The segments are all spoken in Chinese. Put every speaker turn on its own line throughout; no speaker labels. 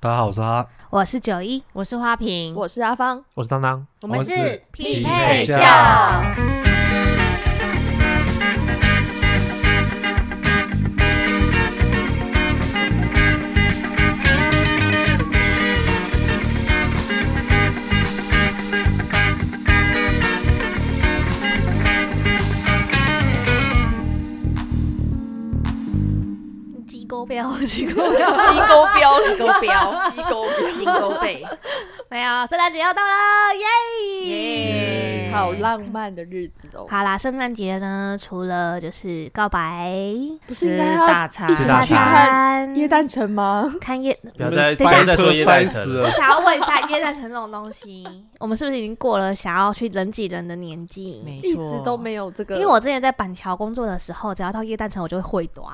大家好，我是哈。
我是九一，
我是花瓶，
我是阿 芳，
我是当当，
我
们是
匹
配教
鸡钩标，鸡钩 标，
鸡钩标，鸡钩标，鸡钩
金
标，
钩背，
没有，圣诞节要到了，耶！
耶！
好浪漫的日子哦！
好啦，圣诞节呢，除了就是告白、
不是
吃
应该要
大餐
一，
吃
起
大
去看
餐、
耶诞城吗？
看夜。
不要再
等一下
不要再说耶诞城了
我。想要问一下，耶诞城这种东西，我们是不是已经过了想要去人挤人的年纪？
没错，
一直都没有这个，
因为我之前在板桥工作的时候，只要到夜诞城，我就会会躲。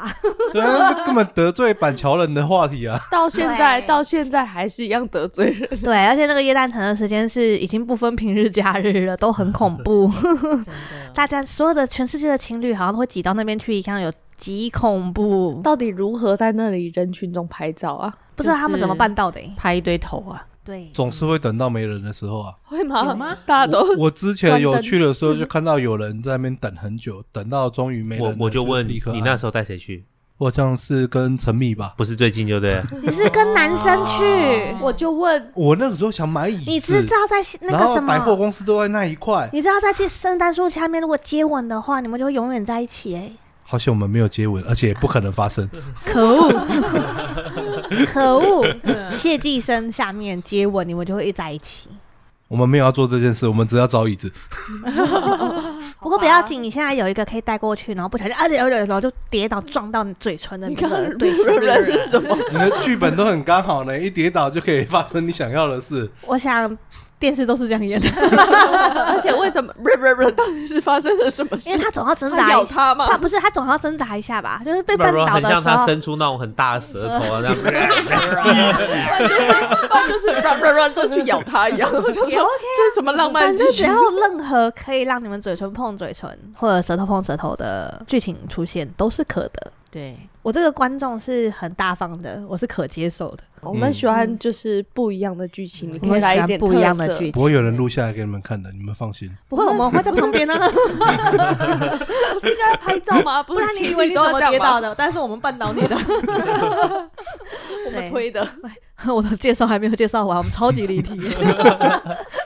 对啊，这根本得罪板桥人的话题啊！
到现在
对
到现在还是一样得罪人。
对，而且那个夜诞城的时间是已经不分平日假日了，都很恐 怖。
真的。
大家所有的全世界的情侣好像都会挤到那边去一样，有极恐怖，
到底如何在那里人群中拍照啊？
不知道他们怎么办到的、欸。
拍一堆头啊，
对，
总是会等到没人的时候啊。
会
有
吗？
吗
大家都
我之前有去的时候，就看到有人在那边等很久，等到终于没人
我
了，
我就问
立刻按
你那时候带谁去？
我好像是跟陈米吧。
不是最近就对 了，
你是跟男生去，
我就问，
我那个时候想买椅子，
你知道在那
然
个
后
什
百货
么？
公司都在那一块。
你知道在接圣诞树下面，如果接吻的话，你们就会永远在一起哎、
好险我们没有接吻，而且也不可能发生。
可恶，可
嗯
恶！谢继生下面接吻，你们就会一直在一起。
我们没有要做这件事，我们只要找椅子。
不过
好吧
不要紧，你现在有一个可以带过去，然后不小心啊有有有，然后就跌倒撞到你嘴唇的
你
那
刚
个
刚
对
对
象。
人是什 么？
你的剧本都很刚好呢，一跌倒就可以发生你想要的事。
我想电视都是这样演 的，
而且为什么？不是不是不是，到底是发生了什么事
因为？他总要挣
他
扎
咬
一下，他
他吗？
不是他总要挣扎一下吧？就是被
不然
绊
不然
倒
很
的
像
时
他
候，
伸出那种很大的舌头啊，那样。
不然就是不然就是乱乱乱就去咬他一样。我想说，
也 OK 啊
这是什么浪漫
反
之
正
举
只？要任何可以让你们嘴唇碰嘴唇或者舌头碰舌头的剧情出现，都是可的。
对，
我这个观众是很大方的，我是可接受的。
我们喜欢就是不一样的剧情，你
我
可以
们
来
喜
一
欢
点
不一样的
特色
剧
不会
情，
有人录下来给你们看的，你们放心。
不会，我们会在旁边呢。啊
不是应该拍照吗？不
不然
是
你以为你
情
怎
侣都
么
要
跌
这样
倒
吗？
的？但是我们绊倒 你的。
我
对
们推的，
我的介绍还没有介绍完，我们超级离 题，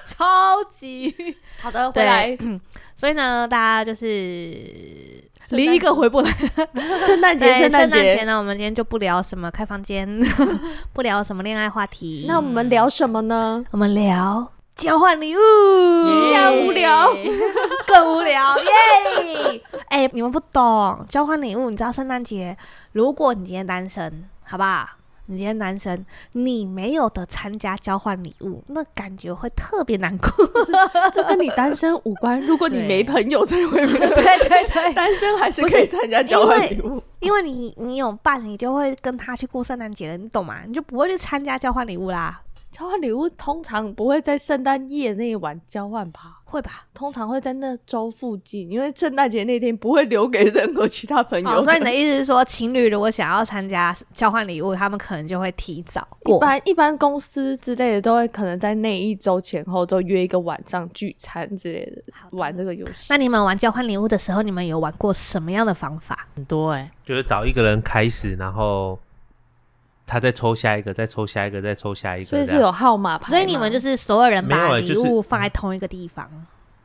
超级。
好的，
对
回来。
所以呢，大家就是
圣诞
离一个回不来。
圣诞节，
对
圣
诞
诞
节
节，
呢，我们今天就不聊什么开房间， 不聊什么恋爱话题，
那我们聊什么呢？
我们聊交换礼物，
依然无聊，
更无聊耶！哎、你们不懂交换礼物，你知道圣诞节，如果你今天单身，好不好？你今天单身，你没有的参加交换礼物，那感觉会特别难过。
这跟你单身无关。如果你
对
没朋友才会没 有，
对对对，
单身还是可以参加交换礼物。
因为你你有伴，你就会跟他去过圣诞节了，你懂吗？你就不会去参加交换礼物啦，
交换礼物通常不会在圣诞夜那晚交换吧？
会吧？
通常会在那周附近，因为圣诞节那天不会留给任何其他朋
好，
友。
哦所以你的意思是说，情侣如果想要参加交换礼物，他们可能就会提早
一
过。
般一般公司之类的都会可能在那一周前后都约一个晚上聚餐之类的
好的
玩这个游戏。
那你们玩交换礼物的时候，你们有玩过什么样的方法？
很多哎、
就是找一个人开始，然后他再抽下一个，再抽下一个，再抽下一个，
所以
这
是
样
有号码牌吗，
所以你们就是所有人
没有
把
欸
礼
就
物放在同一个地方，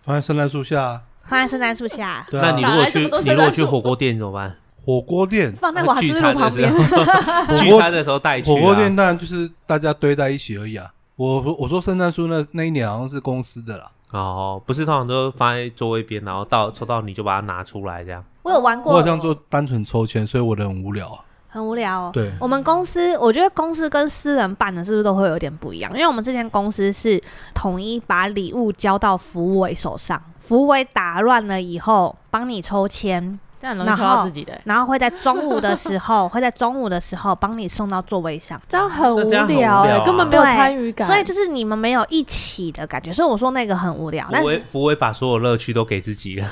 放在圣诞树下，
放
嗯
在圣诞树下，
对啊
那你如
哪
果去
来这么多
你
圣诞
如果去
树
火锅店怎么 办？
火锅店，
放在瓦斯炉旁边
聚餐。的时候聚餐的时候带去啊。
火锅店当然就是大家堆在一起而已啊。我我说圣诞树那那一年好像是公司的啦，
哦，不是通常都放在座位边，然后到抽到你就把它拿出来这样。
我有玩
我好
过，
像做单纯抽签，所以我的很无聊啊。
很无聊、哦。
对，
我们公司，我觉得公司跟私人办的是不是都会有点不一样？因为我们之前公司是统一把礼物交到服务委手上，服务委打乱了以后帮你抽签，
这样很容易抽到自己的欸、
然后会在中午的时 候，会在中午的时候帮你送到座位上。
这样很无
那这样很无
聊
聊
哎、
啊
根本没有
对
参与感。
所以就是你们没有一起的感觉，所以我说那个很无聊。但
福威
是
福威把所有乐趣都给自己了，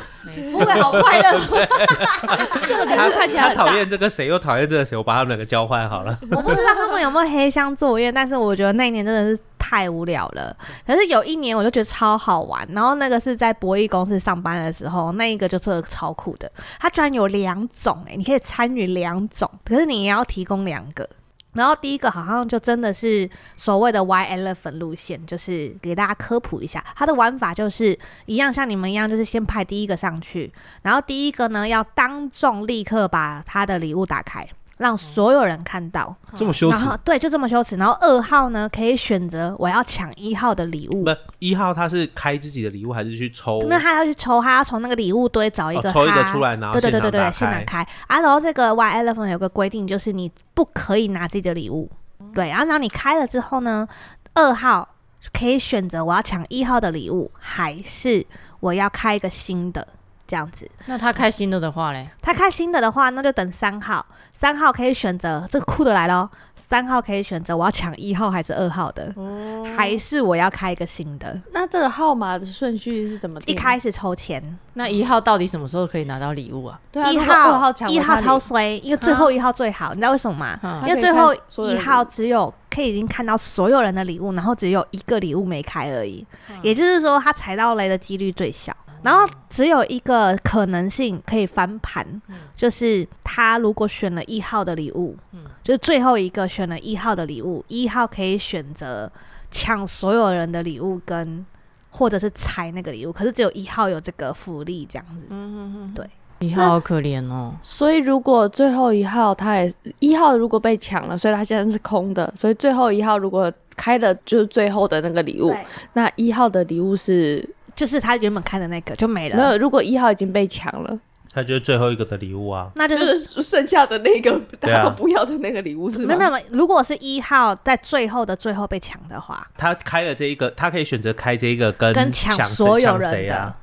服务委好快乐，哦
这个礼
他
物看起来
他
很
讨
大，
厌这个谁又讨厌这个谁，我把他们两个交换好了。
我不知道他们有没有黑箱作业，但是我觉得那一年真的是太无聊了。可是有一年我就觉得超好玩，然后那个是在博弈公司上班的时候，那一个就是超酷的，它居然有两种哎、你可以参与两种，可是你也要提供两个。然后第一个好像就真的是所谓的 Y elephant 路线，就是给大家科普一下，它的玩法就是一样像你们一样，就是先派第一个上去，然后第一个呢要当众立刻把他的礼物打开，让所有人看到，
这么羞耻
然，后对，就这么羞耻。然后二号呢，可以选择我要抢一号的礼物
不，，一号他是开自己的礼物还是去抽？
那他要去抽，他要从那个礼物堆找一个、
哦抽一个出。来，然后
对对对对
现场打
对，
开
现场开啊！然后这个 Y Elephant 有个规定，就是你不可以拿自己的礼物，对。啊然后然后你开了之后呢，二号可以选择我要抢一号的礼物，还是我要开一个新的这样子。
那他开心了的话嘞，
他开新的的话，那就等三号。三号可以选择这个酷的来咯，三号可以选择我要抢一号还是二号的，
哦
还是我要开一个新的。
那这个号码的顺序是怎么
一
定？
开始抽签，
那一号到底什么时候可以拿到礼物啊？
对啊，
一
如果二号
号
抢
一
我
号
差
超
点
衰，因为最后一号最好，你知道为什么吗？
嗯
他
因为
可以
最
看
后
啊所有
一
人
号只有可以已经看到所有人的礼物，然后只有一个礼物没开而已，
嗯
也就是说他踩到雷的几率最小。然后只有一个可能性可以翻盘，
嗯
就是他如果选了一号的礼物，
嗯
就是最后一个选了一号的礼物，一号可以选择抢所有人的礼物跟。或者是拆那个礼物，可是只有一号有这个福利，这样子。
嗯
一号好可怜哦，
所以如果最后一号他也一号如果被抢了，所以他现在是空的，所以最后一号如果开的就是最后的那个礼物
对，
那一号的礼物是
就是他原本开的那个就没了，
没有。如果一号已经被抢了，
他就是最后一个的礼物啊。
那就
就是是剩下的那个大
对啊
家都不要的那个礼物是
没
吗？
有没有，没有如果是一号在最后的最后被抢的话，
他开了这一个，他可以选择开这一个跟
跟
抢
抢
谁
所有
抢
人
谁
的，
啊，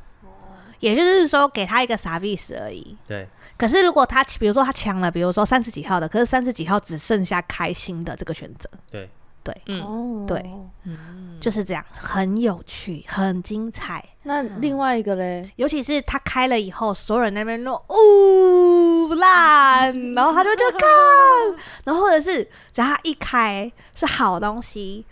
也就是说给他一个 service 而已。
对，
可是如果他比如说他抢了，比如说三十几号的，可是三十几号只剩下开心的这个选择，
嗯，
哦
对。
嗯
就是这样，很有趣，很精彩。
那另外一个嘞，
尤其是他开了以后，所有人那边说呜烂，然后他就就看，然后或者是只要他一开是好东西，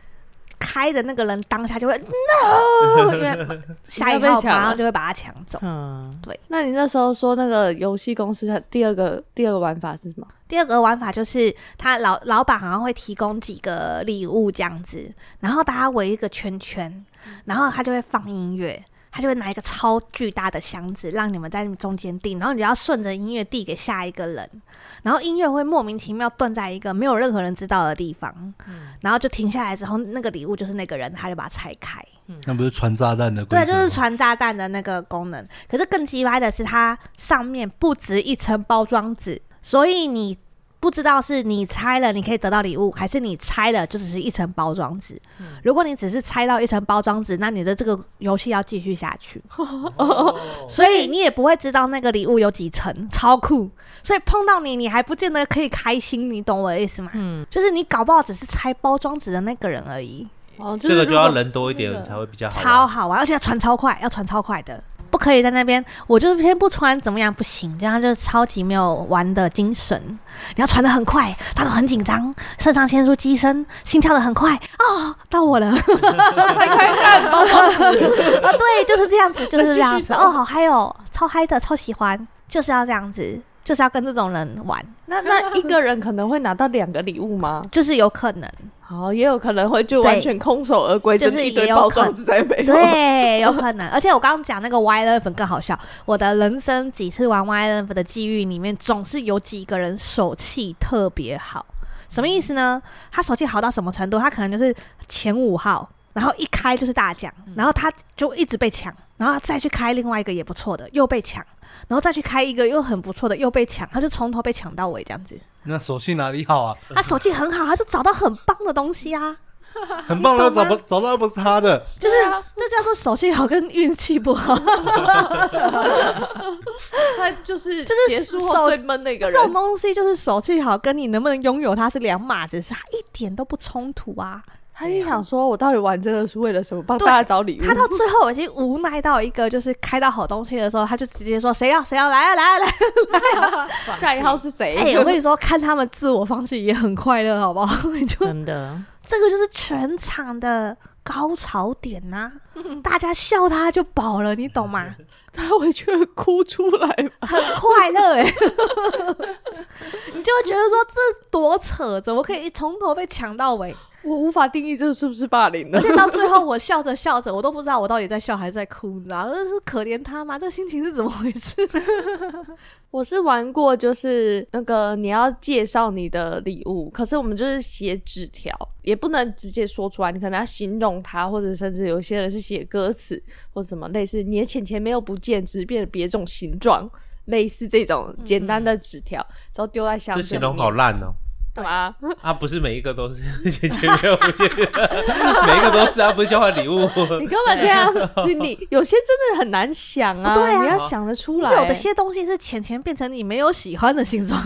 开的那个人当下就会 no，因为下一
你要被
号
抢
马
了
上就会把他抢走。
嗯，
那你那时候说那个游戏公司它第二个第二个玩法是什么？
第二个玩法就是，他老老板好像会提供几个礼物这样子，然后大家围一个圈圈，然后他就会放音乐，他就会拿一个超巨大的箱子让你们在中间递，然后你就要顺着音乐递给下一个人，然后音乐会莫名其妙断在一个没有任何人知道的地方，然后就停下来之后，那个礼物就是那个人，他就把它拆开。
那不是传炸弹的规
对，
则？
就是传炸弹的那个功能。可是更鸡歪的是，它上面不止一层包装纸，所以你不知道是你拆了你可以得到礼物，还是你拆了就只是一层包装纸。如果你只是拆到一层包装纸，那你的这个游戏要继续下去，哦所以你也不会知道那个礼物有几层，超酷。所以碰到你，你还不见得可以开心，你懂我的意思吗？
嗯
就是你搞不好只是拆包装纸的那个人而已。
哦，就是
这个就要
如果
人多一点
那个
才会比较好玩。啊
超好玩，而且要传超快，要传超快的，不可以在那边我就是先不穿怎么样不行，这样就是超级没有玩的精神。你要传的很快，他都很紧张，肾上腺素激升，心跳的很快，哦，到我了啊，
拆开 看包装纸，
对，就是这样子，就是这样
继续
子，
传
哦，好嗨哦，超嗨的，超喜欢，就是要这样子，就是要跟这种人玩，
那那一个人可能会拿到两个礼物吗？
就是有可能，
好，也有可能会就完全空手而归，
对
真的一
就是
堆
也有
包
可
装纸在背后。
对，有可能。而且我刚刚讲那个 Y l e v e 更好笑，我的人生几次玩 Y l e v e 的机遇里面，总是有几个人手气特别好。什么意思呢？他手气好到什么程度？他可能就是前五号，然后一开就是大奖，然后他就一直被抢，然后他再去开另外一个也不错的，又被抢，然后再去开一个又很不错的，又被抢，他就从头被抢到尾这样子。
那手气哪里好啊？
他手气很好，他就找到很棒的东西啊，
很棒啊 的，找不找到又不是他的，
就是这叫做手气好跟运气不好。
他就是
就是
结束
手
后最闷的一个
这
人
种。东西就是手气好跟你能不能拥有它是两码子事，它一点都不冲突啊。
他就想说，我到底玩这个是为了什么？帮
对
大家找礼物。
他到最后已经无奈到一个，就是开到好东西的时候，他就直接说谁要谁要来啊来啊 来啊！
下一号是谁？
哎、我跟你说，看他们自我放弃也很快乐，好不好？ 你就
真的，
这个就是全场的高潮点 呐、大家笑他就饱了，你懂 吗？
他会觉得哭出来吧？
很快乐哎、 你就会觉得说这多扯，怎么可以从头被抢到尾？
我无法定义这是不是霸凌呢
而？且到最后，我笑着笑着，我都不知道我到底在笑还是在哭，你知道？这是可怜他吗？这心情是怎么回事？
我是玩过，就是那个你要介绍你的礼物，可是我们就是写纸条，也不能直接说出来，你可能要形容它，或者甚至有些人是写歌词或什么类似，你的钱钱没有不见，只是变了别种形状，类似这种
嗯
简单的纸条，然后丢在箱
这
子
形
里面
容好烂哦、
干嘛？
啊，不是每一个都是 姐姐没有，姐姐每一个都是啊，不是交 换礼物。
你根本这样，就你有些真的很难想啊，
对啊
你要想得出来。
有的些东西是钱钱变成你没有喜欢的形 状，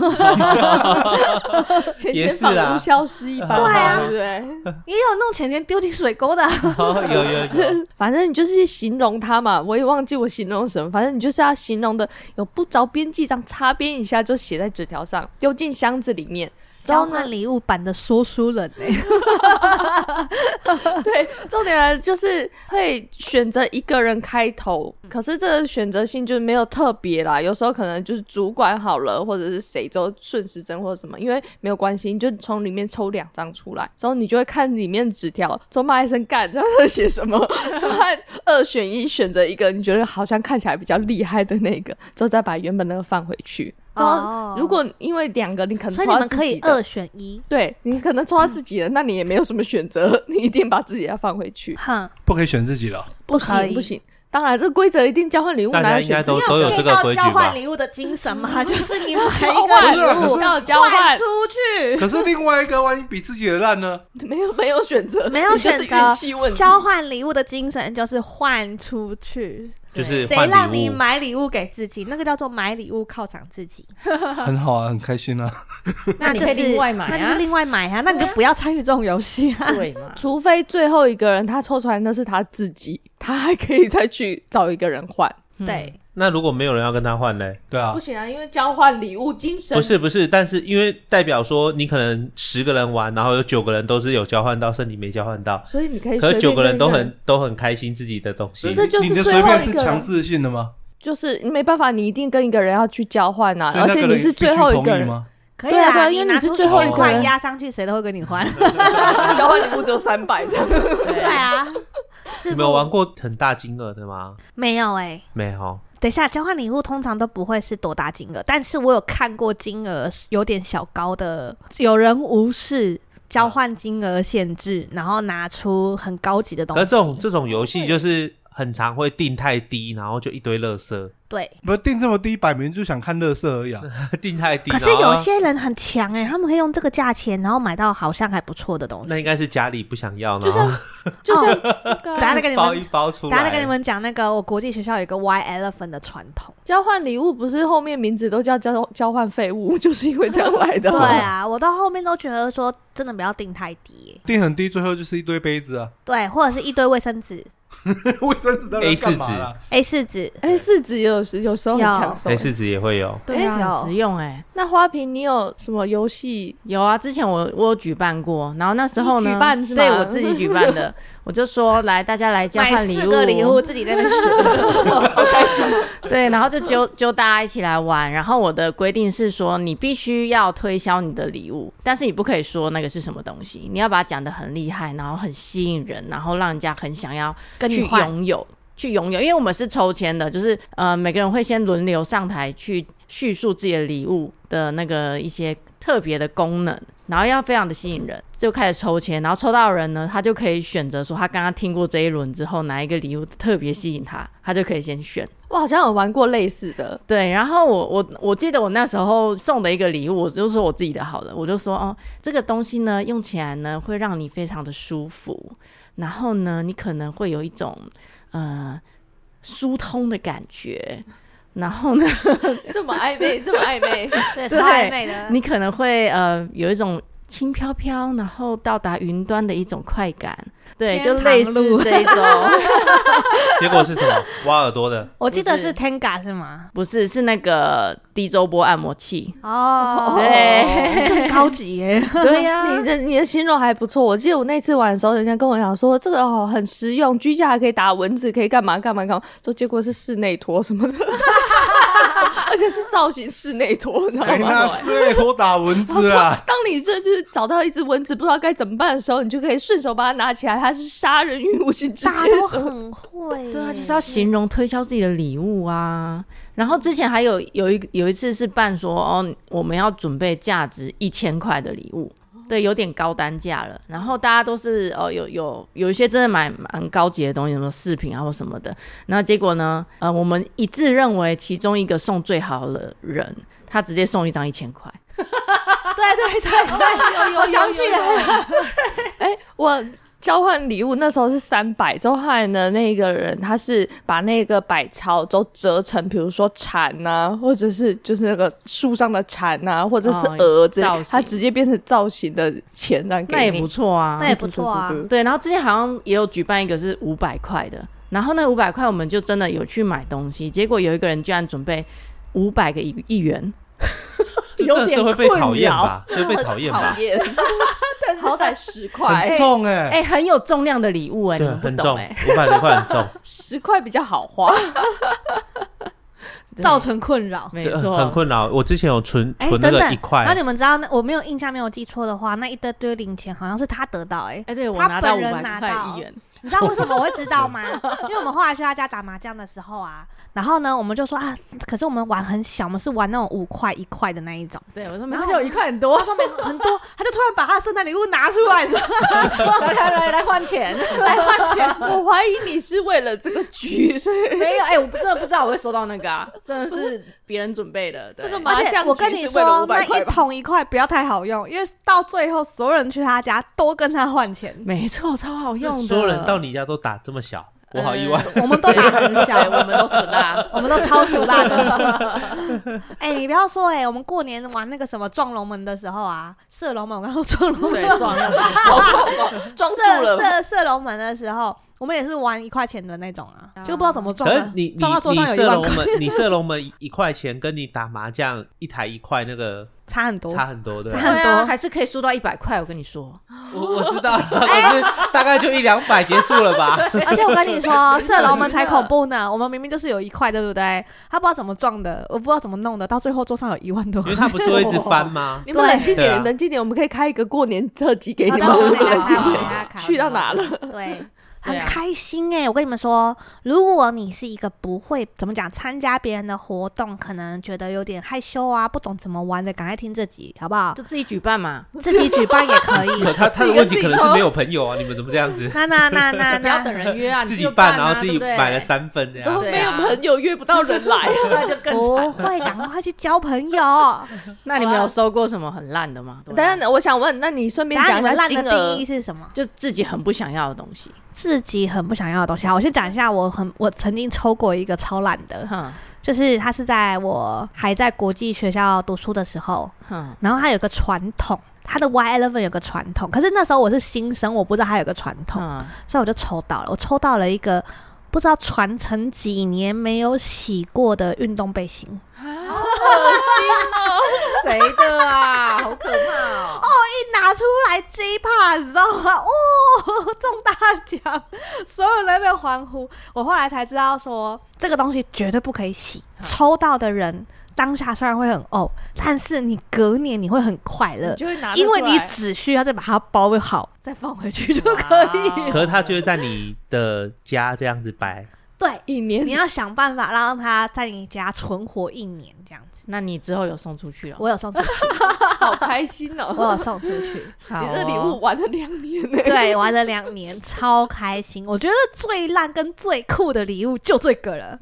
钱
也
钱
是啊
仿佛消失一般嘛，
对啊
对不对？
也有弄钱钱丢进水沟 的啊。
哦有有有，
反正你就是形容它嘛，我也忘记我形容什么，反正你就是要形容的有不着边际上擦边一下就写在纸条上，丢进箱子里面。然
交
后呢
换？礼物版的说书人哎、
对，重点来就是会选择一个人开头，可是这个选择性就是没有特别啦。有时候可能就是主管好了，或者是谁就顺时针或者什么，因为没有关系，你就从里面抽两张出来，之后你就会看里面纸条，从骂一声干， 然后他写什么，然后二选一选择一个你觉得好像看起来比较厉害的那个，之后再把原本那个放回去。之
哦
后如果因为两个你可能
欸所以你
抽到
们
自
可
己
以
的
二选一。
对你可能抽到自己的，那你也没有什么选择，你一定把自己的放回去。
哼，
不可以选自己了。
不
可以
行不行，当然这规则一定交换礼物
大
拿
家
来
应该
选择
都
你，
都有这个规
到
矩
交换
吧？
礼物的精神吗？ 就是你买
交
一个
换
不是啊
礼
可
物
是
要交
换
换
出，去。
可是另外一个万一比自己的烂 呢？
没有没有选择，
没有
你就是
选择
运气问题。
交换礼物的精神就是换出去，
就是
谁
换
让你
礼物，
买礼物给自己？那个叫做买礼物犒赏自己。
很好啊，很开心啊。
那你
就
可以
是
另外买啊
那就是另外买啊，那你就不要参与这种游戏啊。
对嘛？
除非最后一个人他抽出来那是他自己，他还可以再去找一个人换。
嗯
对，
那如果没有人要跟他换呢？
对啊
不，行啊，因为交换礼物精神
不是不是，但是因为代表说你可能十个人玩，然后有九个人都是有交换到，剩你没交换到，
所以你可以随
可是
便
九个人
跟
都
一
很都很开心自己的东西。
这就是
你的
最
随
后
便
一
是
个
强制性的吗？
就是没办法，你一定跟一个人要去交换啊，
所以
而
那
且
个
你
人
是
必须
最后一
同
个
意
人，
吗？
可以
对啊对
啦，
啊因为
你
你
拿
是
出
最后
一
1000
个
块
人
压上去，谁都会跟你还。
交换礼物只有三百这样。
对啊，是
你
不
们有玩过很大金额的吗？
没有哎、
没有，
等一下，交换礼物通常都不会是多大金额，但是我有看过金额有点小高的，有人无视交换金额限制，然后拿出很高级的东
可
西。
是这种这种游戏就是很常会定太低，然后就一堆乐 色，
对，
不是定这么低，摆明就想看乐色而已啊。
定太低。
可是
然后
有些人很强哎、他们可以用这个价钱，然后买到好像还不错的东西。
啊那应该是家里不想要，
就
然
像
后
就 像那个
等一下
啊
哦再跟你
包一
们，
包出
等
来。
一下再跟你们讲那个，我国际学校有一个 Y elephant 的传统。
交换礼物，不是后面名字都叫交交换废物， 就是因为这样来的。
对，啊，我到后面都觉得说，真的不要定太低、
定很低，最后就是一堆杯子啊，
对，或者是一堆卫生纸、
卫生纸到底
A4
要干嘛啦
A 四纸，
哎，柿子也有时有时候很
有
抢手
哎
黑。柿子哎也会有，
对啊，
哎
很实用哎、
那花瓶，你有什么游戏？
有啊，之前我我有举办过，然后那时候呢，
你举办是吗
对我自己举办的，我就说来大家来交
买
换
四个礼物，自己在那边选。
对，然后就揪揪大家一起来玩。然后我的规定是说，你必须要推销你的礼物，但是你不可以说那个是什么东西，你要把它讲得很厉害，然后很吸引人，然后让人家很想要
跟你
去
换
拥有。去拥有，因为我们是抽签的，就是呃，每个人会先轮流上台去叙述自己的礼物的那个一些特别的功能，然后要非常的吸引人，就开始抽签，然后抽到的人呢，他就可以选择说他刚刚听过这一轮之后哪一个礼物特别吸引他，他就可以先选。
我好像有玩过类似的，
对，然后我我我记得我那时候送的一个礼物，我就说我自己的好了，我就说哦，这个东西呢用起来呢会让你非常的舒服，然后呢你可能会有一种呃疏通的感觉，然后呢
这么暧昧，这么暧昧，
对，
对
超暧昧的。
你可能会呃有一种轻飘飘然后到达云端的一种快感，对，
天
就
堂
类似
路
这一种，
结果是什么？挖耳朵的，
我记得
不
是
是
Tenga 是吗？
不是是那个低周波按摩 器，
哦，
对
更高级耶！
对呀、
啊
你的你的形容还不错，我记得我那次玩的时候，人家跟我讲说这个哦很实用，居家还可以打蚊子，可以干嘛干嘛干嘛，就结果是室内拖什么的， 而且是造型室内拖，你知道
谁
吗？
拿斯内托打蚊
他
子
说
啊？：“
当你这就是找到一只蚊子，不知道该怎么办的时候，你就可以顺手把它拿起来。它是杀人于无形之
大
间
家都
的时候，
很会耶，
对啊，就是要形容推销自己的礼物啊。然后之前还有有一有一次是办说哦，我们要准备价值一千块的礼物，对，有点高单价了。然后大家都是哦，有有有一些真的买蛮高级的东西，什么饰品啊或什么的。那结果呢，呃，我们一致认为其中一个送最好的人，他直接送一张一千块。
对对对 对，
哎有有
我啊想起来
了。哎，我交换礼物那时候是三百，之后后来呢，那个人他是把那个百钞都折成，比如说蝉呐、或者是 就是那个树上的蝉呐、或者是
哦
鹅之类
造型，
他直接变成造型的钱让
那
给
也
你
不。错啊，
那也不错啊。
对，然后之前好像也有举办一个是五百块的，然后那五百块我们就真的有去买东西，结果有一个人居然准备五百个一一元，
这
有点
这会被讨厌
困扰？
吧？这会被讨厌吧
讨？厌， 好歹十块
很，重哎、
哎、很有重量的礼物哎、
对
你们，不
很
懂
重，
哎、
五百多块很重，
十块比较好花。
对
造成困扰。
没
对
错，
很困扰。我之前有存
哎，
存那
等
个一
等，
块
然后，你们知道，那我没有印象，没有记错的话，那一堆堆零钱好像是他得到 哎。
哎、对我
他
拿到五
本人
百
拿
块
到
一元，
你知道为什么我会知道吗？因为我们后来去他家打麻将的时候啊，然后呢，我们就说啊，可是我们玩很小，我们是玩那种五块一块的那一种。
对我说没
然
关
后
系，我一块很多
他，说没很多，他就突然把他的圣诞礼物拿出来，说
来来来来换钱，
来换钱。
我怀疑你是为了这个局，所以
没有哎、我真的不知道我会收到那个啊，真的是别人准备的，对，
这个麻
而且
将
我跟
局
你
是为了
说，
500
那
块
一
吧
桶一块不要太好用，因为到最后所有人去他家都跟他换钱
没错，超好用的，
所有人到你家都打这么小，我好意外。
我们都打很
对，
小，
我们都是啦。
我们都超熟辣的。哎、你不要说哎、我们过年玩那个什么撞龙门的时候啊，射龙门，我刚刚说撞龙门
对，，撞了，
好痛 哦，装住
射
了。
射射龙门的时候，我们也是玩一块钱的那种啊，
啊
就不知道怎么撞
可是
的
你，
撞到
你
桌
你
上有一
射
万
龙
块，
门，你射龙门一块钱，跟你打麻将一台一块那个
差很多。
差很多的
差。
对啊
很多
还是可以输到一百块。我跟你说，
我我知道了，可是大概就一两百结束了吧？
而且我跟你 说，射龙门才恐怖呢，我们明明就是有一块，对不对？他不知道怎么撞的，我不知道怎么弄的，到最后桌上有一万多
因 为。他不是会一直翻吗？
你们冷静
对啊
点，冷静点，我们可以开一个过年特辑给你们。
好啊的我
冷
们等一下
静
开我们等
点
一下，开
去到哪了？
对，
对
很
啊
开心哎、我跟你们说，如果你是一个不会怎么讲参加别人的活动，可能觉得有点害羞啊，不懂怎么玩的，赶快听这集好不 好？
就自己举办嘛，
自己举办也可以。
可他他
自己
的
跟
问
自
题
己
可能是
抽
没有朋友啊，你们怎么这样子？
那那那那
不要
那，
等人 约啊，你
自己
就
办，
办
然
啊，
后自己
对不对
买了，三份这
之后
样。
对
没有
啊
朋友约不到人来，
那就更
不
惨。
哦会，赶快去交朋 友。
那你们有收过什么很烂的吗？对啊
等等，我想问，那你顺便
然后你
讲一
们
下
烂
金
的定
额
义，是什么？
就自己很不想要的东西，
自己很不想要的东西。好，我先讲一下，我很我曾经抽过一个超烂的，
哼
就是它是在我还在国际学校读书的时候，
哼，
然后它有个传统。它的 Y Eleven 有个传统，可是那时候我是新生，我不知道它有个传统，
嗯
所以我就抽到了。我抽到了一个不知道传承几年没有洗过的运动背心，
谁的啊？好可怕哦！
一拿出来 J 怕，你知道吗？哦，中大奖！所有人在那边欢呼。我后来才知道说，这个东西绝对不可以洗。抽到的人当下虽然会很呕，但是你隔年你会很快乐
你，嗯就会拿得
因
出来，
为你只需要再把它包好，再放回去就可以。
哇
可是他就会在你的家这样子摆，
对，
一年
你要想办法让它在你家存活一年，这样子。
那你之后有送出去了？哦
我有送出 去，
好开心哦！
我有送出去，
好
你这礼
哦
物玩了两年呢、
对，玩了两年，超开心。我觉得最烂跟最酷的礼物就这个 了，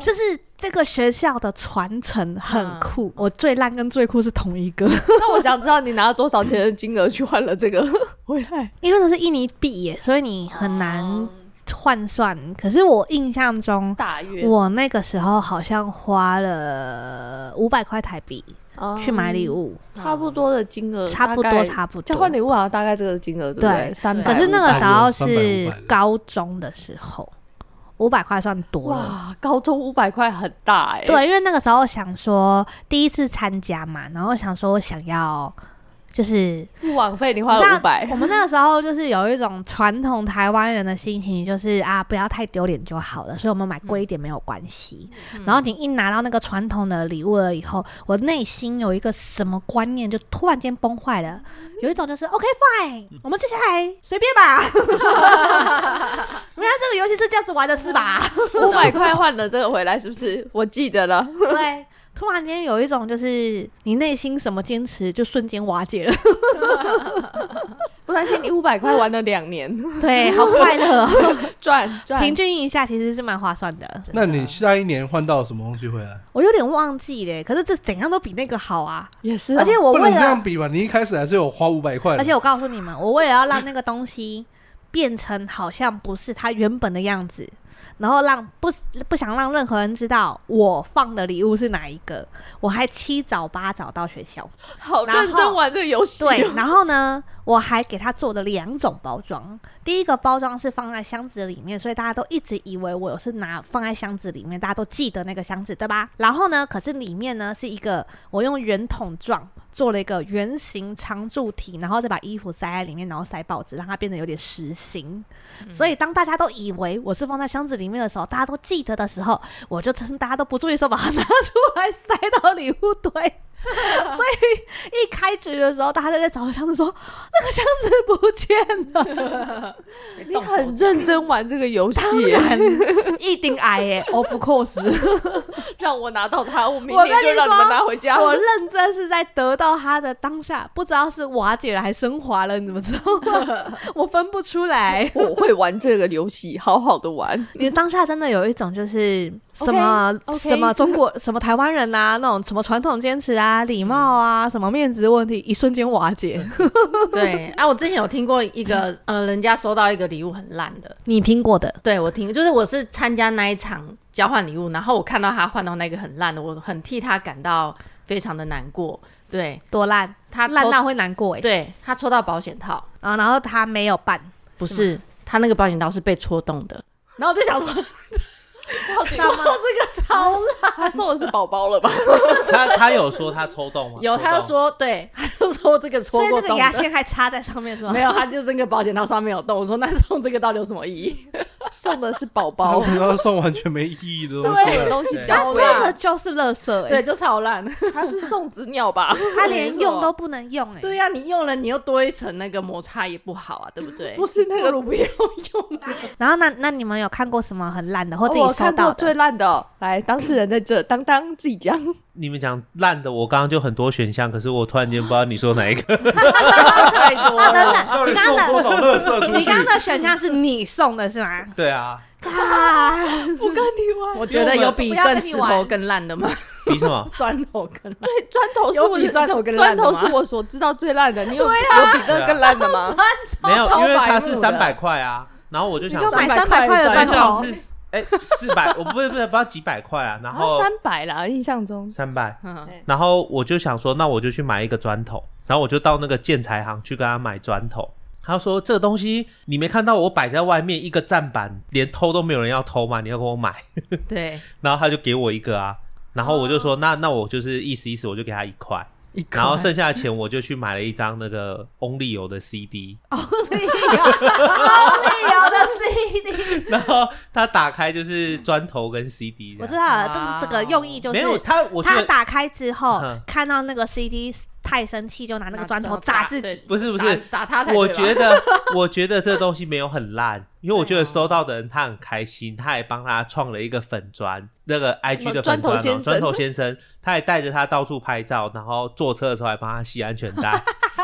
就是这个学校的传承
嗯
很酷。我最烂跟最酷是同一个，
那我想知道你拿了多少钱的金额去换了这个 回来？
因为那是印尼币耶，所以你很
哦
哦
难换算。可是我印象中，
大约
我那个时候好像花了五百块台币去买礼
物，
物，
差不多的金额，
差不
哦嗯大
多
概
差不
交换
多。
礼物好像大概这个金额，对不对？
对
三百。
可是那个时候是
500 500
高中的时候，五百块算多了。
哇，高中五百块很大哎、欸。
对，因为那个时候想说第一次参加嘛，然后想说我想要就是
不枉费你花
你知
了
道
五百
我。们那个时候就是有一种传统台湾人的心情，就是啊不要太丢脸就好了，所以我们买贵一点没有关系。
嗯
然后你一拿到那个传统的礼物了以后，我内心有一个什么观念就突然间崩坏了，有一种就是 OK fine，我们接下来随便吧。 原来这个游戏是这样子玩的，是吧？
五百块换了这个回来，是不是？我记 得了，
对，突然间有一种就是你内心什么坚持就瞬间瓦 解了，
不担心你五百块玩了两年，
对，好快乐 哦、
赚赚。
平均一下其实是蛮划算的，
那你下一年换到什么东西回来？
我有点忘记嘞，可是这怎样都比那个好啊！
也是哦、
而且我
不
为
能这样
了，
比吧？你一开始还是有花五百块的，
而且我告诉你们，我为了要让那个东西变成好像不是它原本的样子。然后让不不想让任何人知道我放的礼物是哪一个，我还七早八早到学校，
好
然后
认真玩这个游戏、哦。
对，然后呢，我还给它做了两种包装。第一个包装是放在箱子里面，所以大家都一直以为我有是拿放在箱子里面，大家都记得那个箱子，对吧？然后呢，可是里面呢是一个我用圆筒状做了一个圆形长柱体，然后再把衣服塞在里面，然后塞报纸，让它变得有点实心。所以当大家都以为我是放在箱子里面的时候，大家都记得的时候，我就趁大家都不注意的时候把它拿出来塞到礼物堆。所以一开局的时候，大家都在找箱子说，那个箱子不见了，
你很认真玩这个游戏
当
耶，
然一定矮耶、o f course，
让我拿到它，我明
我
年
跟
就
你
让你们
说
拿回 家。
我认真是在得到它的当下，不知道是瓦解了还升华了，你怎么知道 吗？我分不出来。
我会玩这个游戏，好好的玩。
你当下真的有一种就是什么
OK，OK
什么中国什么台湾人啊，那种什么传统坚持啊、礼貌
嗯
啊、什么面子问题，一瞬间瓦解。
对啊，我之前有听过一个呃，人家收到一个礼物很烂的，
你听过的，
对我听就是我是参加那一场交换礼物，然后我看到他换到那个很烂的，我很替他感到非常的难过。对
多烂，
他
烂
抽，
到会难过哎、
对他抽到保险套，
啊，然后他没有办，
不是哦他那个保险套是被戳动的。然后我就想 说，
到底
抽 这个超烂
他送的是宝宝了吧？
他他有说他抽动吗？
有，
抽
他就
动，
说，对， 他就说这个戳
所以
过
那个
洞
牙
的。
线还插在上面是吗？
没有，他就是那个保险套上面有洞。我说那送这个到底有什么意义？
送的是宝
他
宝，
哦
不知道送完全没意义的东西。
送的东西比
对
较
那
贵
这个就是垃圾哎、
对，就超烂。
他是送子鸟吧？
他连用都不能用哎、
对呀、啊你用了你又多一层那个摩擦也不好啊，对不对？
不是那
不
个
如不要用。
然后那那你们有看过什么很烂的，或自
哦
己
我
收
看过
到
最
的？
烂的哦，来，当事人在这，当当自己 讲，
你们讲烂的，我刚刚就很多选项，可是我突然间不知道你说哪一 个。
太多
啊，等
了。
等，你刚
多
刚
少乐色出
的你刚刚的选项是你送的是吗？
对啊，
啊，
不跟你玩。
我觉得有比
不要跟
更
你
石
玩
头更烂的吗？
比什么？
砖头更烂。
对，砖头是
有
我
比
的啊
砖头更
砖
烂的
头
吗
是我所知道最烂的，你有有比这个更烂的 吗？
没有，
超
因为
白
它
目
是
的
三百块啊，然后我就
你
想
就
说，
买
300
三
块
百块
的
的砖
砖
头，
是哎四百，我不是不是不知道几百块啊，然
然后
后
三百啦，印象中
三百，
嗯，
然后我就想说，那我就去买一个砖头，然后我就到那个建材行去跟他买砖头。他说：“这个东西你没看到我摆在外面一个站板，连偷都没有人要偷吗？你要跟我买。”
对，
然后他就给我一个啊，然后我就说、那那我就是意思意思，我就给他一块，
一
然后剩下的钱我就去买了一张那个 Only 有的 CD，
理由的 CD，
然后他打开就是砖头跟 CD，这
我
样
知道了，这是这个用意就
没有
是
他，我觉
他
得
打开之后
嗯
看到那个 CD 太生气就拿那个
拿
砖头
砖砸
砸自
对
己，
不是不是，
打打他才
我
对吧
觉得 我觉得这东西没有很烂，因为我觉得
对啊
收到的人他很开心，他还帮他创了一个粉砖，那个 IG 的
砖
粉
头
砖
先
哦
生
砖头先生，他还带着他到处拍照，然后坐车的时候还帮他系安全带。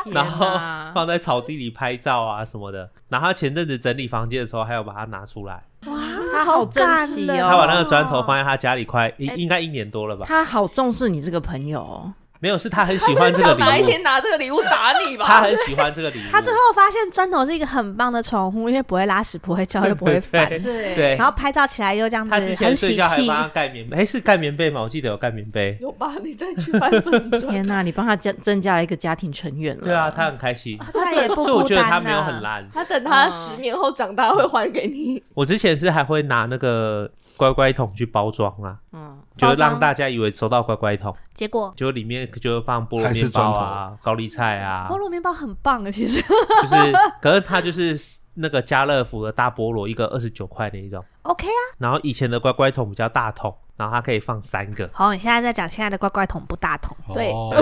天
然后
哪
放在草地里拍照啊什么的。然后他前阵子整理房间的时候，还有把它拿出来，
哇，
他好珍惜哦
感人
他把那个砖头放在他家里快
哦
应应该一年多了
哎
吧？
他好重视你这个朋友哦，
没有，是他很喜
他
欢
是
这个
想哪一
礼
天
物，
拿这个礼物砸你吧？
他很喜欢这个礼物。
他最后发现砖头是一个很棒的宠物，因为不会拉屎，不会叫，又不会烦。
对
对
对
然，后拍照起来又这样子
他之
很
前睡
喜
觉还
气
帮，他盖棉被，哎，是盖棉被吗？我记得有盖棉被。
有吧？你再去翻 本砖，
天哪，你帮他加增加了一个家庭成员了。
对啊，他很开心，
再也不
所以我
孤
觉得他
单啊
没有很
了。
烂。
他等他十年后长大会还给你。
我之前是还会拿那个乖乖桶去包装啊，
嗯，
就是
包装
让大家以为收到乖乖桶，
结果
就里面就放菠萝
还是
面包
砖头
啊、高丽菜啊、
菠萝面包很棒啊，其实
就是，可是它就是那个家乐福的大菠萝，一个二十九块的一种。
OK 啊。
然后以前的乖乖桶比较大桶，然后它可以放三个。
好，你现在在讲现在的乖乖桶不大 桶，
对
哦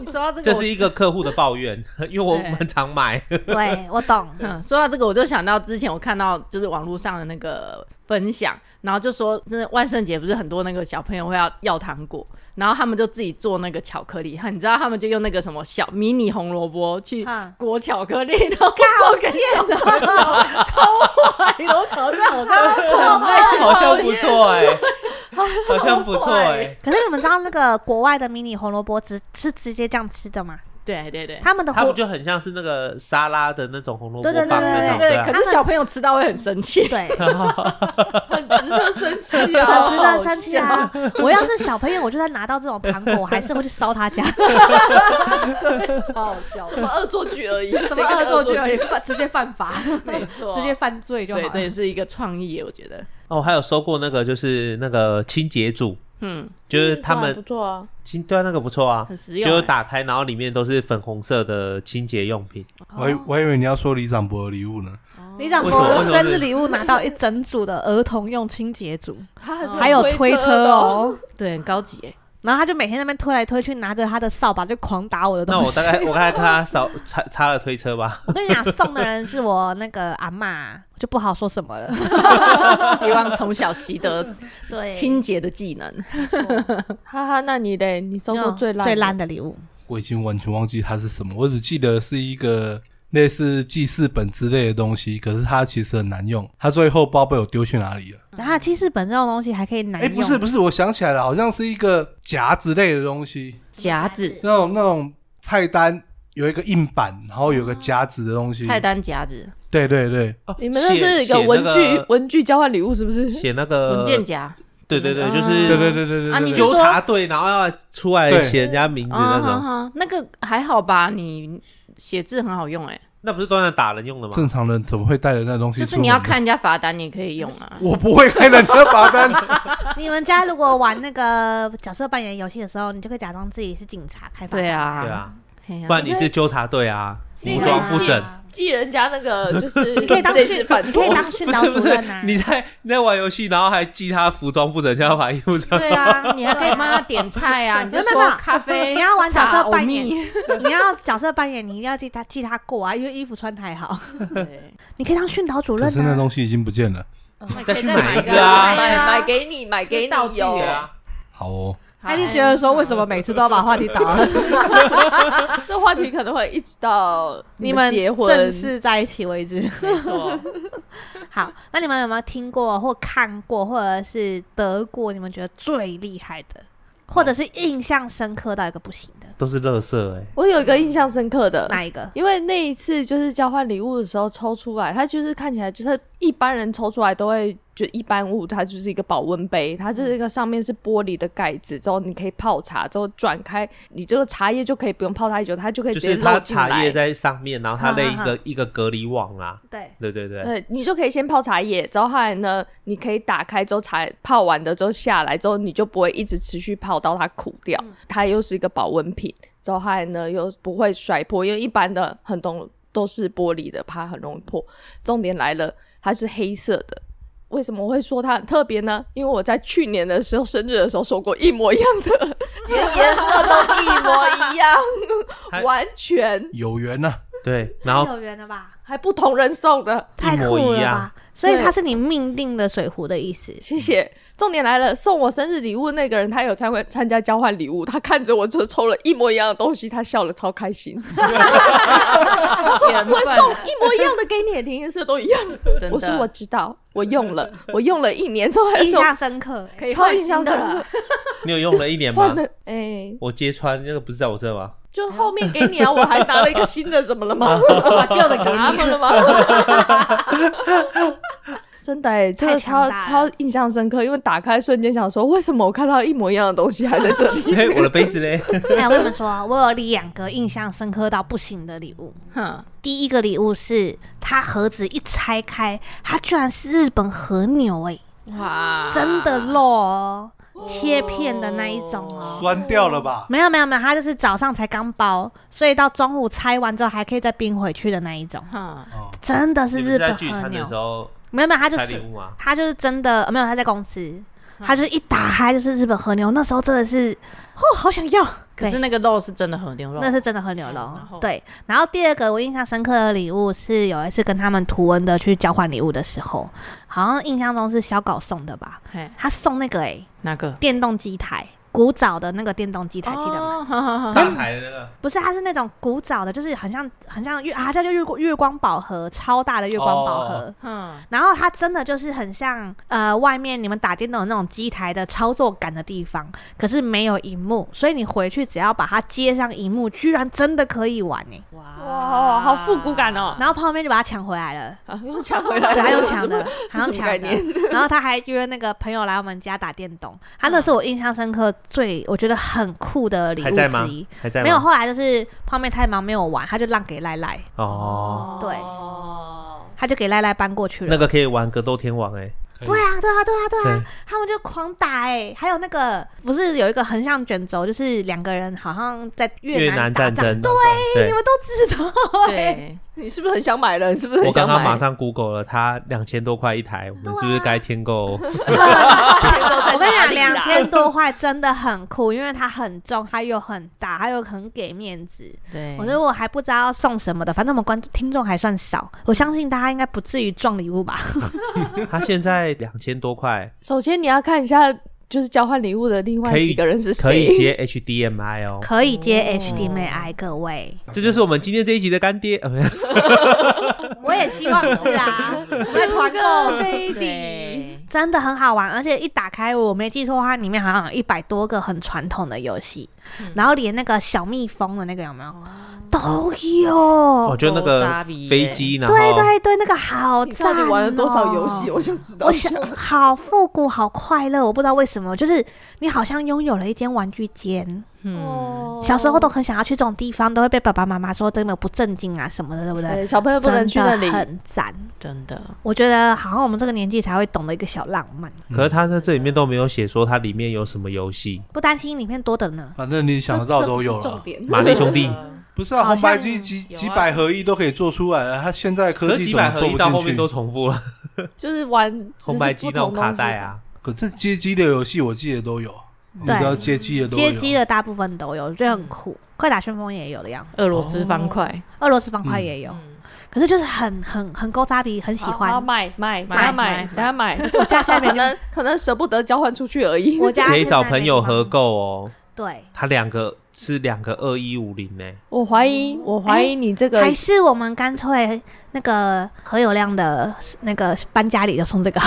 你说到这个
这
我，
是一个客户的抱怨， 因为我
对。
们常买，
对我懂
嗯，说到这个，我就想到之前我看到就是网络上的那个分享，然后就说真的万圣节不是很多那个小朋友会要要糖果，然后他们就自己做那个巧克力，你知道他们就用那个什么小迷你红萝卜去
嗯
裹巧克力，然后做给小朋友，超坏的，我想到这好像很累。
好像不错哎、好像不错哎、
可是你们知道那个国外的迷你红萝卜只是直接这样吃的吗？
对对对。
他们的
它不
红
就很像是那个沙拉的那种红萝卜
对对
棒
对
那种？
对，
啊
可是小朋友吃到会很生气。
对，
很值得生气 啊！
很值得生气啊！我要是小朋友，我就算拿到这种糖果，我还是会去烧他 家。
超好笑
什么恶作剧而 已，
什
谁
么
跟
恶作
剧
剧而已，犯直接犯法，
没错，
直接犯罪 就好
对，这也
了。
是一个创意，我觉得，
哦，我还有收过那个就是那个清洁组，
嗯，
就是他
不
们
错啊，
清对啊，那个不错啊
很，实用欸。
就是打开然后里面都是粉红色的清洁用品。
我还我还以为你要说李长博的礼物呢，
李长
为什么
博
为什么
生日礼物拿到一整组的儿童用清洁组，
他还是
还有推
车
车
的哦。
哦。
对，很高级耶。
然后他就每天在那边推来推去，拿着他的扫把就狂打我的
那
东
我
西
大。概我大概看他扫擦擦了推车吧，
我 跟你讲，送的人是我那个阿嬷，就不好说什么了。
希望从小习得
对
清洁的技能。
哈哈，那你嘞？你收过最烂
最烂的礼物，
我已经完全忘记它是什么，我只记得是一个类似记事本之类的东西，可是它其实很难用，它最后不知道被我丢去哪里了。
然后记事本这种东西还可以难
哎、
用。
不是不是，我想起来了，好像是一个夹之类的东西，
夹子、
那种那种菜单有一个硬板，然后有个夹子的东西。
菜单夹子、
对对对，
哦
你们那是一个文具文具交换礼物是不是？
写那个
文件，夹，啊
对对对，就
对对
是
对对对对
啊你是
对
纠察队，然后要出来写人家名字那
哈
种，
哈，那个还啊好吧？你写字很好用哎，
那不是专门打人用的吗？
正常人怎么会带着那东西？
就是你要，看人家罚单，你也可以用 啊。
我不会开人家罚单。
你们家如果玩那个角色扮演游戏的时候，你就可以假装自己是警察开发。
对，啊，
对啊，
嘿啊，
不然你是纠察队啊，
你
服
可以
装不
寄
整。
寄人家那 个就是
你可以当
这次
训，
犯
你可以
错，
当训
不
导
是不
主
是
任啊，。
你在你在玩游戏，然后还记他服装不整，叫他把衣服穿。
对啊，你还可以帮他点菜啊，你就
没有没
说
有
咖啡，
你要玩角
茶
色扮演
欧米
你要角色扮演，你一定要记他记他过啊，因为衣服穿太好。
对，
你可以当训导主
可
任
是那
啊。
东西已经不见了。
再去
再
买
买
一
一
个
个
啊，
买买给你，买给
道
你哦
具
有
对。啊，
好哦，
他就觉得说，为什么每次都要把话题导 到
这话题可能会一直到
你们
结
正
婚，
式在一起为止？
没错，
好，那你们有没有听过或看过，或者是得过你们觉得最厉害的，或者是印象深刻到一个不行的
都是乐色
欸
哎。
我有一个印象深刻
呃
的，
哪一个？
因为那一次就是交换礼物的时候抽出来，它就是看起来就是一般人抽出来都会觉得一般物，它就是一个保温杯，它就是一个上面是玻璃的盖子，之后你可以泡茶，之后转开你这个茶叶就可以不用泡太久，它就可以
就
直接
是
漏
它
进
茶叶
来。
在上面，然后它那一
哈哈
个一个隔离网啦，
对，
对对对，
对，你就可以先泡茶叶，之后后来呢，你可以打开之后茶泡完的之后下来之后，你就不会一直持续泡到它苦掉。
嗯
它又是一个保温瓶，之后后来呢又不会摔破，因为一般的很多都是玻璃的，怕很容易破。重点来了，它是黑色的。为什么我会说它很特别呢？因为我在去年的时候生日的时候说过一模一样 的，连颜色都一模一样
还，
完全
有缘呐、
对，然
太
后
有缘了吧？
还不同人送的。
哎太
一模
酷
一
了
样
吧！所以
对
它是你命定的水壶的意思。
谢谢。重点来了，送我生日礼物那个人，他有参会参加交换礼物，他看着我就抽了一模一样的东西，他笑了超开心。
他说
我会送一模一样的给你，连颜色都一样。
真的，
我说我知道，我用了，我用了一年之后还
印
送，
象深刻，欸
可以
超
换
印象
新的
深刻
了。
你有用了一年吗
换？了哎、
我揭穿那个不是在我这吗？
就后面给你啊，我还拿了一个新的，怎么了吗？
我啊把旧的给
拿
你，
们了吗？ 真的哎、这
太
个
强
超
大
超
了
印象深刻，因为打开瞬间想说，为什么我看到一模一样的东西还在这里？
嘿，我的杯子嘞？
哎，我跟你们说，我有两个印象深刻到不行的礼物。
哼，
第一个礼物是它盒子一拆开，它居然是日本和牛、
哇
啊
哎，，真的肉哦，切片的那一种哦。
酸掉了吧？
没有没有没有，它就是早上才刚包，所以到中午拆完之后还可以再冰回去的那一种，
哼，
真的
你
是
们
日
是在
本
聚
和
餐的
牛
时。候
没有没有，它就
拆
只
礼物嗯吗？
他就是真的呃没有，他在公司，他就是一打开就是日本和牛，那时候真的是，哦，好想要。
可是
对
那个肉是真的和牛肉，
那是真的和牛肉
然后，
对。然后第二个我印象深刻的礼物是有一次跟他们图文的去交换礼物的时候，好像印象中是小狗送的吧，
嘿，
他送那个诶、
哪个？
电动机台，古早的那个电动机台，记得吗？
哦好好好
大台的那个
不是，它是那种古早的，就是很像很像月啊，它叫月光月光宝盒，超大的月光宝盒。
嗯，
然后它真的就是很像呃外面你们打电动的那种机台的操作感的地方，可是没有荧幕，所以你回去只要把它接上荧幕，居然真的可以玩哎、
哇，哦好复古感哦！
然后旁边就把它抢回来了。
啊，又抢回来
对，
了，
他用
这是
抢的
什么，
他用
这是什
抢
么概
的。然后他还约那个朋友来我们家打电动，他那是
嗯
我印象深刻、最我觉得很酷的礼物
还在
之
吗
一。？
还在吗？
没有，后来就是泡面太忙没有玩，他就让给赖赖，
哦，
对
哦
他就给赖赖搬过去了。
那个可以玩格斗天王哎，
可以
对啊，对啊，对啊，对啊
对，
他们就狂打哎、还有那个不是有一个横向卷轴，就是两个人好像在
越
南
南
打
战
仗，
争，
对，你
对
们都知道哎、
对，
你是不是很想买了？你是不是
我
很
刚
想
刚
买？
马上 Google 了，它两千多块一台，我们是不是该添购？
我跟你讲，两千多块真的很酷，因为它很重，它又很大，它又很给面子。
对，
我觉得我还不知道要送什么的，反正我们观众听众还算少，我相信大家应该不至于撞礼物吧？
它啊现在两千 多块，
首先你要看一下，就是交换礼物的另
可
外
以
几个人是
可
谁
以。接 HDMI 哦。
可以接 HDMI，、各位，
这就是我们今天这一集的干爹，呃没有
我也希望是啊，我在团购。
Baby，
对，
真的很好玩，而且一打开，我没记错的话，里面好像有一百多个很传统的游戏，然后连那个小蜜蜂的那个有没有、都
我
有？
觉得那
多扎
个
比耶
飞机，然后
对对对，那个好
你
赞、
到
哦！
底玩了多少游戏？我想知道。
我想好复古，好快乐。我不知道为什么，就是你好像拥有了一间玩具间。
嗯，
哦
小时候都很想要去这种地方，都会被爸爸妈妈说真的不正经啊什么的，对不对？
对小朋友不能去那
真
里
的，很赞。
真的，
我觉得好像我们这个年纪才会懂得一个小浪漫。
嗯可是它在这里面都没有写说它里面有什么游戏，
不担心里面多的呢。
反正你想得到都有
这不是重
了。
点。
玛 丽兄弟。
不是啊，
好
红
像
白机几
有啊
几百合一都可以做出来了，它现在
可
科
是
技
几
怎么
百合
做
一
不
到后面
进
都
去？
重复了，
就是玩
红白机那种卡带，啊，
可是街机的游戏我记得都有，你
对
知道街机的都有。
街机的大部分都有，我觉得
嗯
很酷。快打旋风也有的样子，
俄罗斯方块，嗯
俄罗斯方
嗯
块也有，
嗯
可是就是很很很勾扎比，很喜
喜
欢。
欢买买
买
等下
买
买等下买，
我家下
可
面
能可能舍不得交换出去而已。
我家
可以
现在
找
没
朋友
地方
合。购哦。
对，
它两个是两个二一五零呢，
我怀疑，我怀疑你这个
还是我们干脆那个何友亮的那个搬家里就送这个，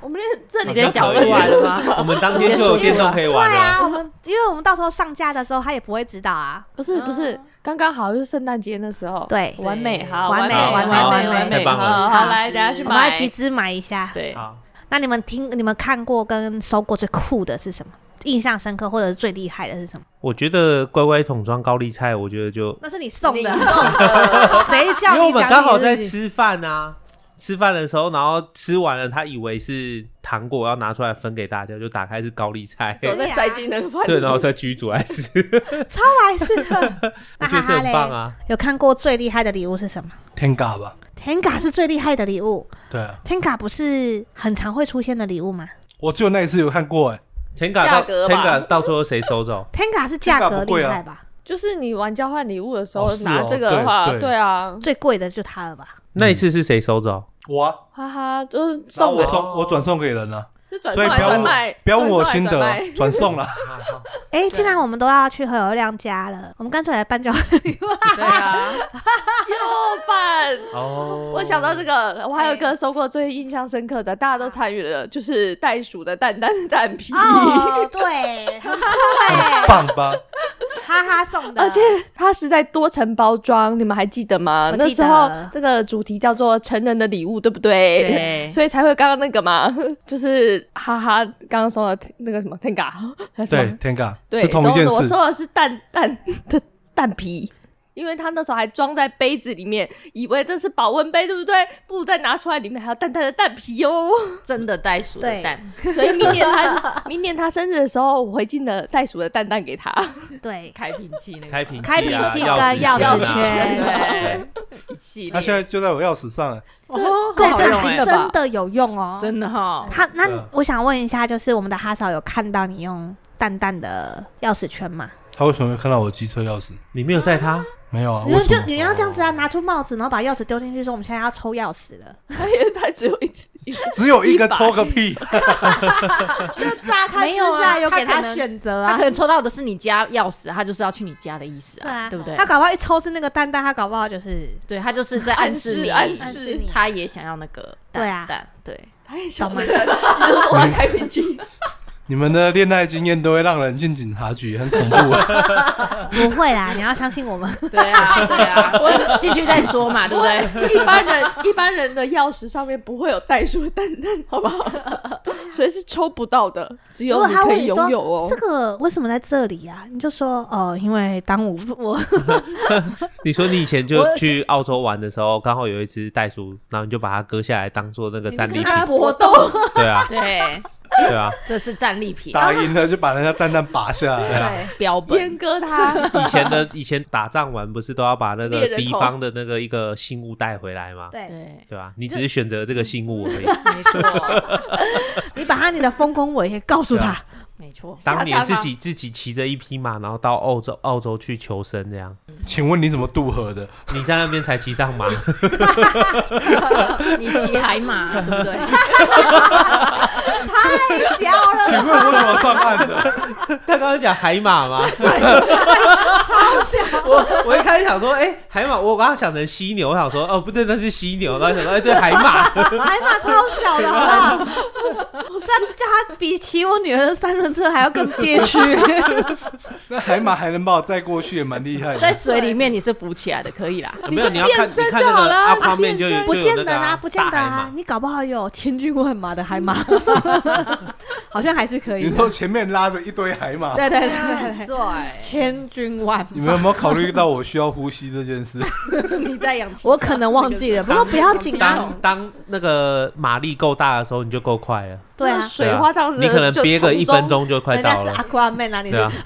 我们连这
直
里
接
都
讲
讲
出来 了吗？
我们当天就有电动可以玩
对啊，
了。
我们因为我们到时候上架的时候他也不会知道啊。
不是不是，刚刚好就是圣诞节那时候，
对
完美，
对
好，
完
完
美
完
完
美，
美
完
太
美，
棒了
好
好
好来，等下去
我们来
买
集。资买一下。
对，
好，
那你们听，你们看过跟收过最酷的是什么？印象深刻或者是最厉害的是什么？
我觉得乖乖桶装高丽菜，我觉得就
那是你送
你
的，
的
谁
因
叫
为我
你
们
讲
刚好
你
在
自己
吃饭啊，吃饭的时候，然后吃完了，他以为是糖果要拿出来分给大家，就打开是高丽菜，
走
啊
在塞进那个饭
对，然后
里。
再继续煮来吃，
超白痴的
我
那
觉
哈哈
得这很
嘞，
棒啊。
有看过最厉害的礼物是什么？
天嘎吧，
Tenga 是最厉害的礼物
对啊，
，Tenga 不是很常会出现的礼物吗
我只有那一次有看过哎、
天感
价
到
格
天
吧
感到最后谁收走？
？Tenga 是价
Tenga
格
不贵
厉
啊
害吧？
就是你玩交换礼物的时候
哦是哦
拿这个的话，
对对
对啊，
最贵的就它了吧？
那一次是谁收走？
我啊，
哈哈，就是
然后
送
我
给，
送我转送给人了，
就转
所
送
以
来
不要
转
问
卖，
不要问我
转
心
送来转卖
得，转送了。
哎，既然我们都要去何友亮家了，我们干脆来办交换礼物。
对啊，
又办。
哦
我想到这个，我还有一个收过最印象深刻的，大家都参与了，就是袋鼠的蛋蛋的 蛋皮，
哦，对，很
很
贵，
棒吧？
哈哈送的，
而且它是在多层包装，你们还记得吗？
我记得
那时候这个主题叫做“成人的礼物”，对不对？
对
所以才会刚刚那个嘛， 就是哈哈，刚刚说的那个什么 Tenga，还是什
对
么
，Tenga
对，
是同一件
总之我
事
说，的是蛋蛋的蛋皮。因为他那时候还装在杯子里面，以为这是保温杯，对不对？不如再拿出来，里面还有淡淡的蛋皮 哦。
真的袋鼠的
对
蛋，
所以明年他明年他生日的时候，我会进了袋鼠的蛋蛋给他。
对，
开瓶器那个，
开瓶
开
器啊
瓶器
钥
跟钥
匙
匙
圈
圈
啊，
对，一系列，
他现在就在我钥匙上了。
哦
对，
好
这
用
真
欸
的吧
真的有用哦，
真的哈，
他那
对啊
我想问一下，就是我们的哈嫂有看到你用淡淡的钥匙圈吗？
他为什么会看到我机车钥匙？
你没有在他，
没有啊，
你
为
们就
什么
你要这样子啊，拿出帽子，然后把钥匙丢进去，说我们现在要抽钥匙了，
他也他只有一只一只
只有一个
一百
抽个屁，
就乍看之
没有啊
下有
他
给他
可能
选择
他
啊
可。能抽到的是你家钥匙，他就是要去你家的意思
对啊
啊，对不对
他？搞不好一抽是那个蛋蛋，他搞不好就是
对他就是在暗示你，
暗
暗
示
示你。
他也想要那个蛋
对啊
蛋，对，
太小了，你就说我要开瓶器，
你们的恋爱经验都会让人进警察局，很恐怖 啊！
不会啦，你要相信我们。
对啊，对啊， 我进去再说嘛，对不对？
对？一般人一般人的钥匙上面不会有袋鼠的蛋蛋，好不好？所以是抽不到的，只
如
有
果
你
他
可
问
以
你
拥有
说
哦
这。个为什么在这里啊？你就说哦，因为当我我
你说你以前就
我
去澳洲玩的时候，刚好有一只袋鼠，然后你就把它割下来当做那个战利
跟
品，
他搏斗，
对啊，
对，
对啊。
这是战利品
打赢了就把人家蛋蛋拔下来啊。
标
阉
本，
割他，
以前的以前打仗完不是都要把那
猎
个
人头
敌方的那个一个信物带回来吗？
对
对，
对吧、啊你只是选择这个信物而已。
没错，
你把他你的丰功伟业告诉
对
他
啊，
没错，
当
吓吓
年自己自己骑着一匹马，然后到澳洲澳洲去求生，这样
请问你怎么渡河的？
你在那边才骑上马，
你骑海马，对不对？
太小了，
请问我怎么上岸的？
他刚刚讲海马吗？我我一开始想说，哎、海马，我刚刚想成犀牛，我想说，哦，不对，那是犀牛，然后想到，哎、对，海马，
海马超小的，好不好？我虽然叫他比骑我女儿的三轮车还要更憋 屈。
那海马还能把我载过去，也蛮厉害
在
的。
水里面你是浮起来的，可以啦。
没有，
你就
你要看
变身
你看那
就好
个
了
阿
你
胖面就
变身
有
不
就有
见
那
得
个
啊，
啊
不见得
大海
啊
马，
你搞不好有千军万马的海马， 嗯好像还是可以
你
的。
说前面拉着一堆海马，
对对对对
很
对，
帅，
千军万
你们有
马。
没有考虑到我需要呼吸这件事？
你在氧气，
我可能忘 记了，不过不要紧啊。
当当那个马力够大的时候，你就够快了。
对
那
啊，
水花这样子，
你可能憋个一分，钟就快
人家
到
是
了。
Aquaman 啊，你是
对啊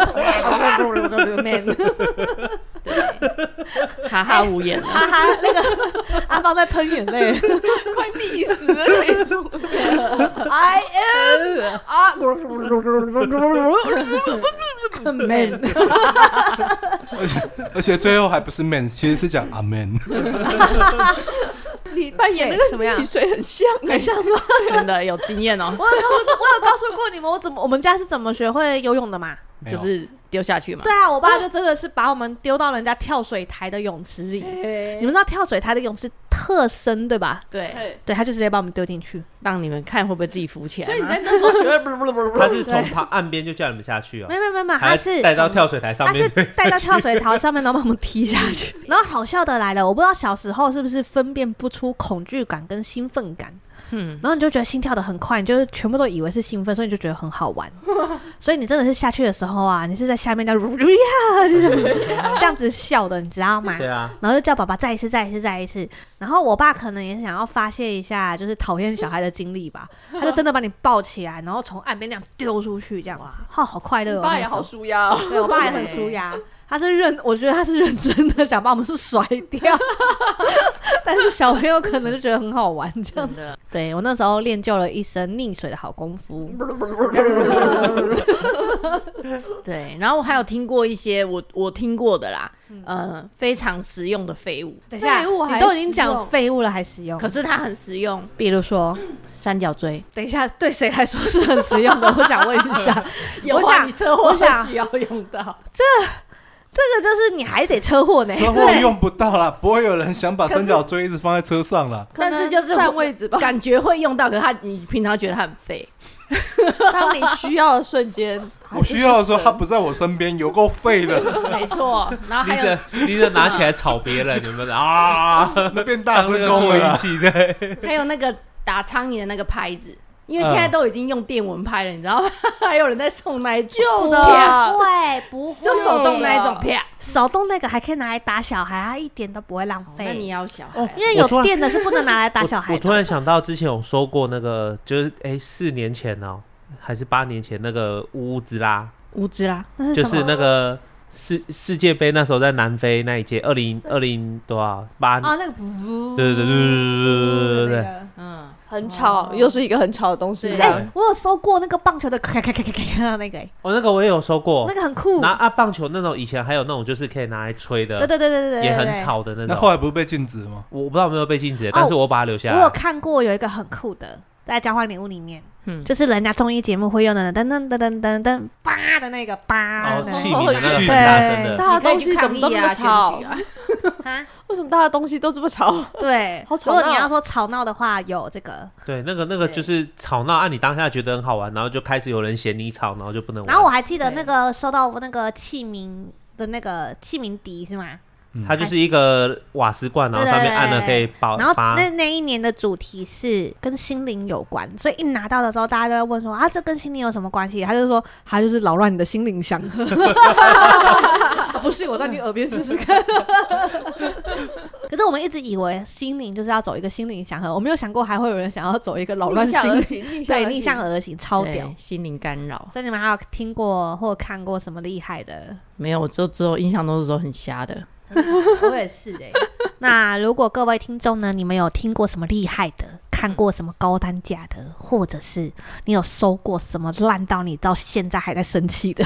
Aquaman。Aquaman，
哈哈无言了。
哈哈，那个 阿芳在喷眼泪。
快溺死的那种。
I am 啊 man，
而且 而且最后还不是 man，其实是讲阿 man。
你扮演那
对什么
个
样
溺水很像，
很像说，
真的有经验哦，
我有告诉，我有告诉过你们，我怎么我们家是怎么学会游泳的嘛？
就是丢下去嘛
对。啊，我爸就真的是把我们丢到人家跳水台的泳池里。你们知道跳水台的泳池特深对吧？
对，
对，他就直接把我们丢进去。
让你们看会不会自己浮起来嘛。
所以你在那时候学会，不不不不
他是从旁岸边就叫你们下去哦
没，有没有没有没有，他
还
是
带到跳水台上
他是
面。
带到跳水槽上面，然后把我们踢下 去。然后好笑的来了，我不知道小时候是不是分辨不出恐惧感跟兴奋感，
嗯，
然后你就觉得心跳的很快，你就全部都以为是兴奋，所以你就觉得很好 玩。所以你真的是下去的时候啊，你是在下面叫呀，就是 这样子笑的，你知道吗？
对啊，
然后就叫爸爸再一次、再一次、再一次。然后我爸可能也想要发泄一下，就是讨厌小孩的经历吧，他就真的把你抱起来，然后从岸边这样丢出去，这样哇，好好快乐、哦。
爸
那
也
时候
好舒压哦，
对我爸也很舒压，他是认，我觉得他是认真的想把我们是甩掉， 但是小朋友可能就觉得很好玩这样。
真的，
对我那时候练就了一身溺水的好功夫，
对。然后我还有听过一些我我听过的啦，呃，非常实用的废物，
等一下
废物还
你都已经
实
讲
用
废物了还实用，
可是它很实用，
比如说，
三角锥。
等一下对谁来说是很实用的？我想问一下，
有
我
啊，
想
你车祸
我想
会需要用到，
这个就是你还得车祸呢。
车祸用不到啦，不会有人想把三角锥一直放在车上啦。
可能
但是就是
占位置吧。
感觉会用到，可是它你平常觉得它很废，
当你需要的瞬间，还
我
不是
需要的时候
神
他不在我身边，有够废 的，
没错。然后
你
还有
这你这拿起来炒别人，有没有啊？
那变大
当
声
那个
跟
过
我一
一
起。
起的，
还有那个打苍蝇的那个拍子，因为现在都已经用电蚊拍了，你知道吗？ 还有人在送那一种
旧
啪
的，
对，不会
就手动那一种啪，
手动那个还可以拿来打小孩，它一点都不会浪
那你
费，
要小
哦
孩
因为
我突
有
然
电的是不能拿来打小孩
我。
的。
我突然想到，之前有说过那个，就是哎，四年前哦，还是八年前那个乌兹拉，
无知啦，
那是
就
什么
是那个世世界杯那时候在南非那一届，二零二零多少八，
哦，那个噗
对对对对对对对对对，
对，
嗯，
很吵，又是一个很吵的东西，
对
这
哎、
样
我有收过那个棒球的咔咔咔咔咔咔那个、哎
哦，那个我也有收过
那，个很酷。
拿啊棒球那种以前还有那种就是可以拿来吹
对
的，
对对对对对，
也
对
很。吵的那
那后
种。
来不是被禁止吗？
我不知道有没有被禁止，但是我把它留
对
下
我有
来。
看过有一个很酷的，在交换礼物里面，
嗯
就是人家综艺节目会用的噔噔噔噔噔噔叭的那个叭
哦
的，
气
那
你的那个很
对
大声
嗯
的，
大家
你可以
东
去
西怎
抗
么
议
都那
啊，
么
选
吵
举？啊，
个啊，
为什么大家东西都这么吵？
对。
好
如
吵
果你
闹
要说吵闹的话，有这个。
对，那个那个
对
就是吵闹，按、啊你当下觉得很好玩，然后就开始有人嫌你吵，然后就不能玩。
然后我还记得
对
那个收到那个器皿的那个器皿笛是吗？
它就是一个瓦斯罐，然后上面按了可以爆
然后
发。
那那一年的主题是跟心灵有关，所以一拿到的时候，大家都在问说啊，这跟心灵有什么关系？他就说，他就是扰乱你的心灵想。不信我在你耳边试试 看。 可是我们一直以为心灵就是要走一个心灵祥和，我没有想过还会有人想要走一个扰乱
逆
心
向而
灵，
行，逆向
对，
而
逆
行
向而行，超屌
对。心灵干扰
所以你们还有听过或看过什么厉害的？
没有，我就只有印象都是说很瞎的，
我也是哎、 那如果各位听众呢，你们有听过什么厉害的，看过什么高单价的，或者是你有收过什么烂到你到现在还在生气的，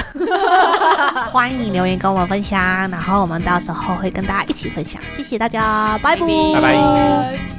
欢迎留言跟我们分享，然后我们到时候会跟大家一起分享。谢谢大家，拜拜，
拜拜。